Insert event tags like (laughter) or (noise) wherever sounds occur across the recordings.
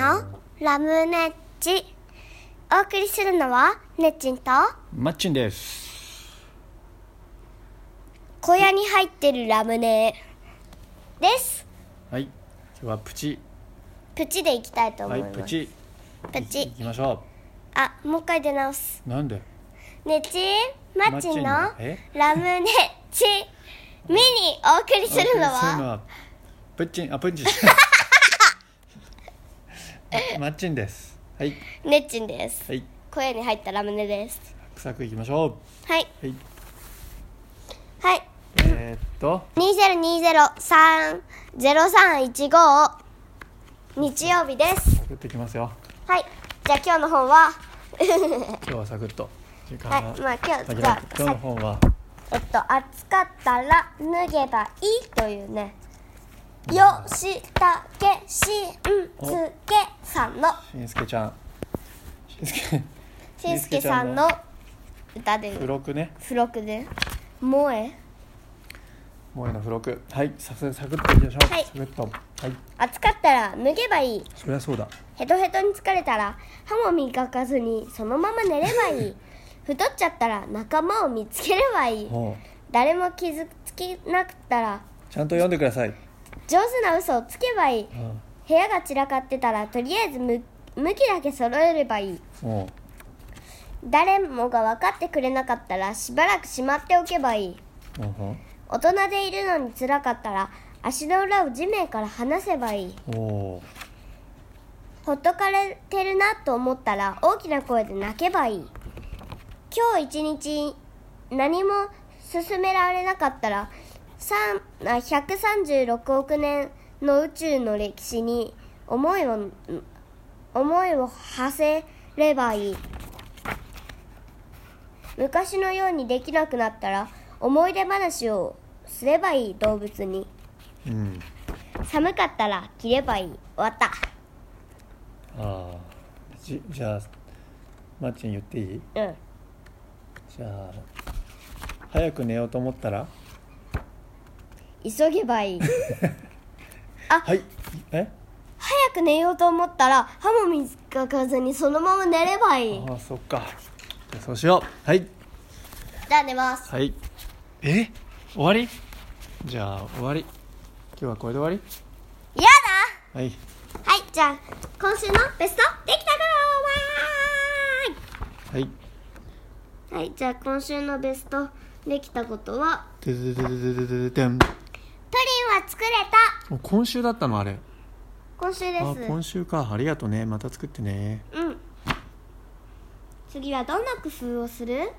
ラムネッチお送りするのはネッチンとマッチンです小屋に入ってるラムネですはい今日はプチプチでいきたいと思はいいます、プチプチいいきましょあもう一回出直すうなんでネッチンマッチンのマッチンのえラムネッチミニお送りするのするはプッチンあ (laughs) プッチンマッチンですはいネッチンですはい小屋に入ったラムネですサクサクいきましょはいうははいいえー、っと2020-3-0315日曜日ですサクッといきますよはいじゃあ今日の本は (laughs) 今日はサクッと時間はいは、まあ今日限じゃらあれて今日の本はえっと暑かったら脱げばいいというね吉武慎介さんのしんすけちゃんしんすけ (laughs) 慎介さんの歌で付録ね付録で「萌え萌えの付録はいさすサクッといきましょう、はいサクッとはい暑かったら脱げばいい」そりゃそうだヘトヘトに疲れたら歯も磨かずにそのまま寝ればい (laughs) い太っちゃったら仲間を見つければいいも誰も傷つきなくったらうちゃんと読んでください、上手な嘘をつけばいいうん部屋が散らかってたらとりあえずむ向きだけ揃えればいいも、誰もが分かってくれなかったらしばらくしまっておけばいいううん大人でいるのに辛かったら足の裏を地面から離せばいいうん、おおほっとかれてるなと思ったら大きな声で泣けばいい今日一日何も進められなかったら3あ136億年の宇宙の歴史に思いをん思いを馳せればいい昔のようにできなくなったら思い出話をすればいい動物にうん寒かったら着ればいい終わったああじじゃあマッチン言っていいうんじゃあ早く寝ようと思ったら急げばい (laughs) いはいえ早く寝ようと思ったら歯も磨かずにそのまま寝ればいいああそっかじゃあそうしようはいじゃあ寝ますはいえ終わりじゃあ終わり今日はこれで終わやりはいだはいじゃあ今週のベストできたはいことははいじゃあ今週のベストできたことはででででででででんプリンは作れたお今週だったのあれ今週あです今週かありがとうねまた作ってねうん次はどんな工夫をする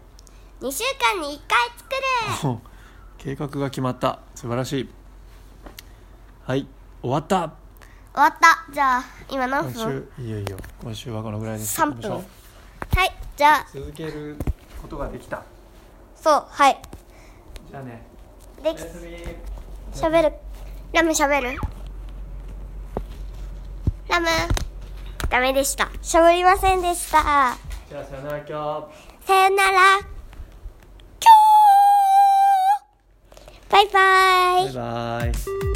2週間に1回作るお計画が決まった素晴らしいはい終わった終わったじゃあ今何今分週いいよいいよ今週はこのぐらいにしと3きまし分ょはういじゃあ続けることができたそうはいじゃあねでおきやすみ喋るラム喋るラムダメでした喋りませんでしたじゃあさよなら今日さよなら今日バイバイバイバイ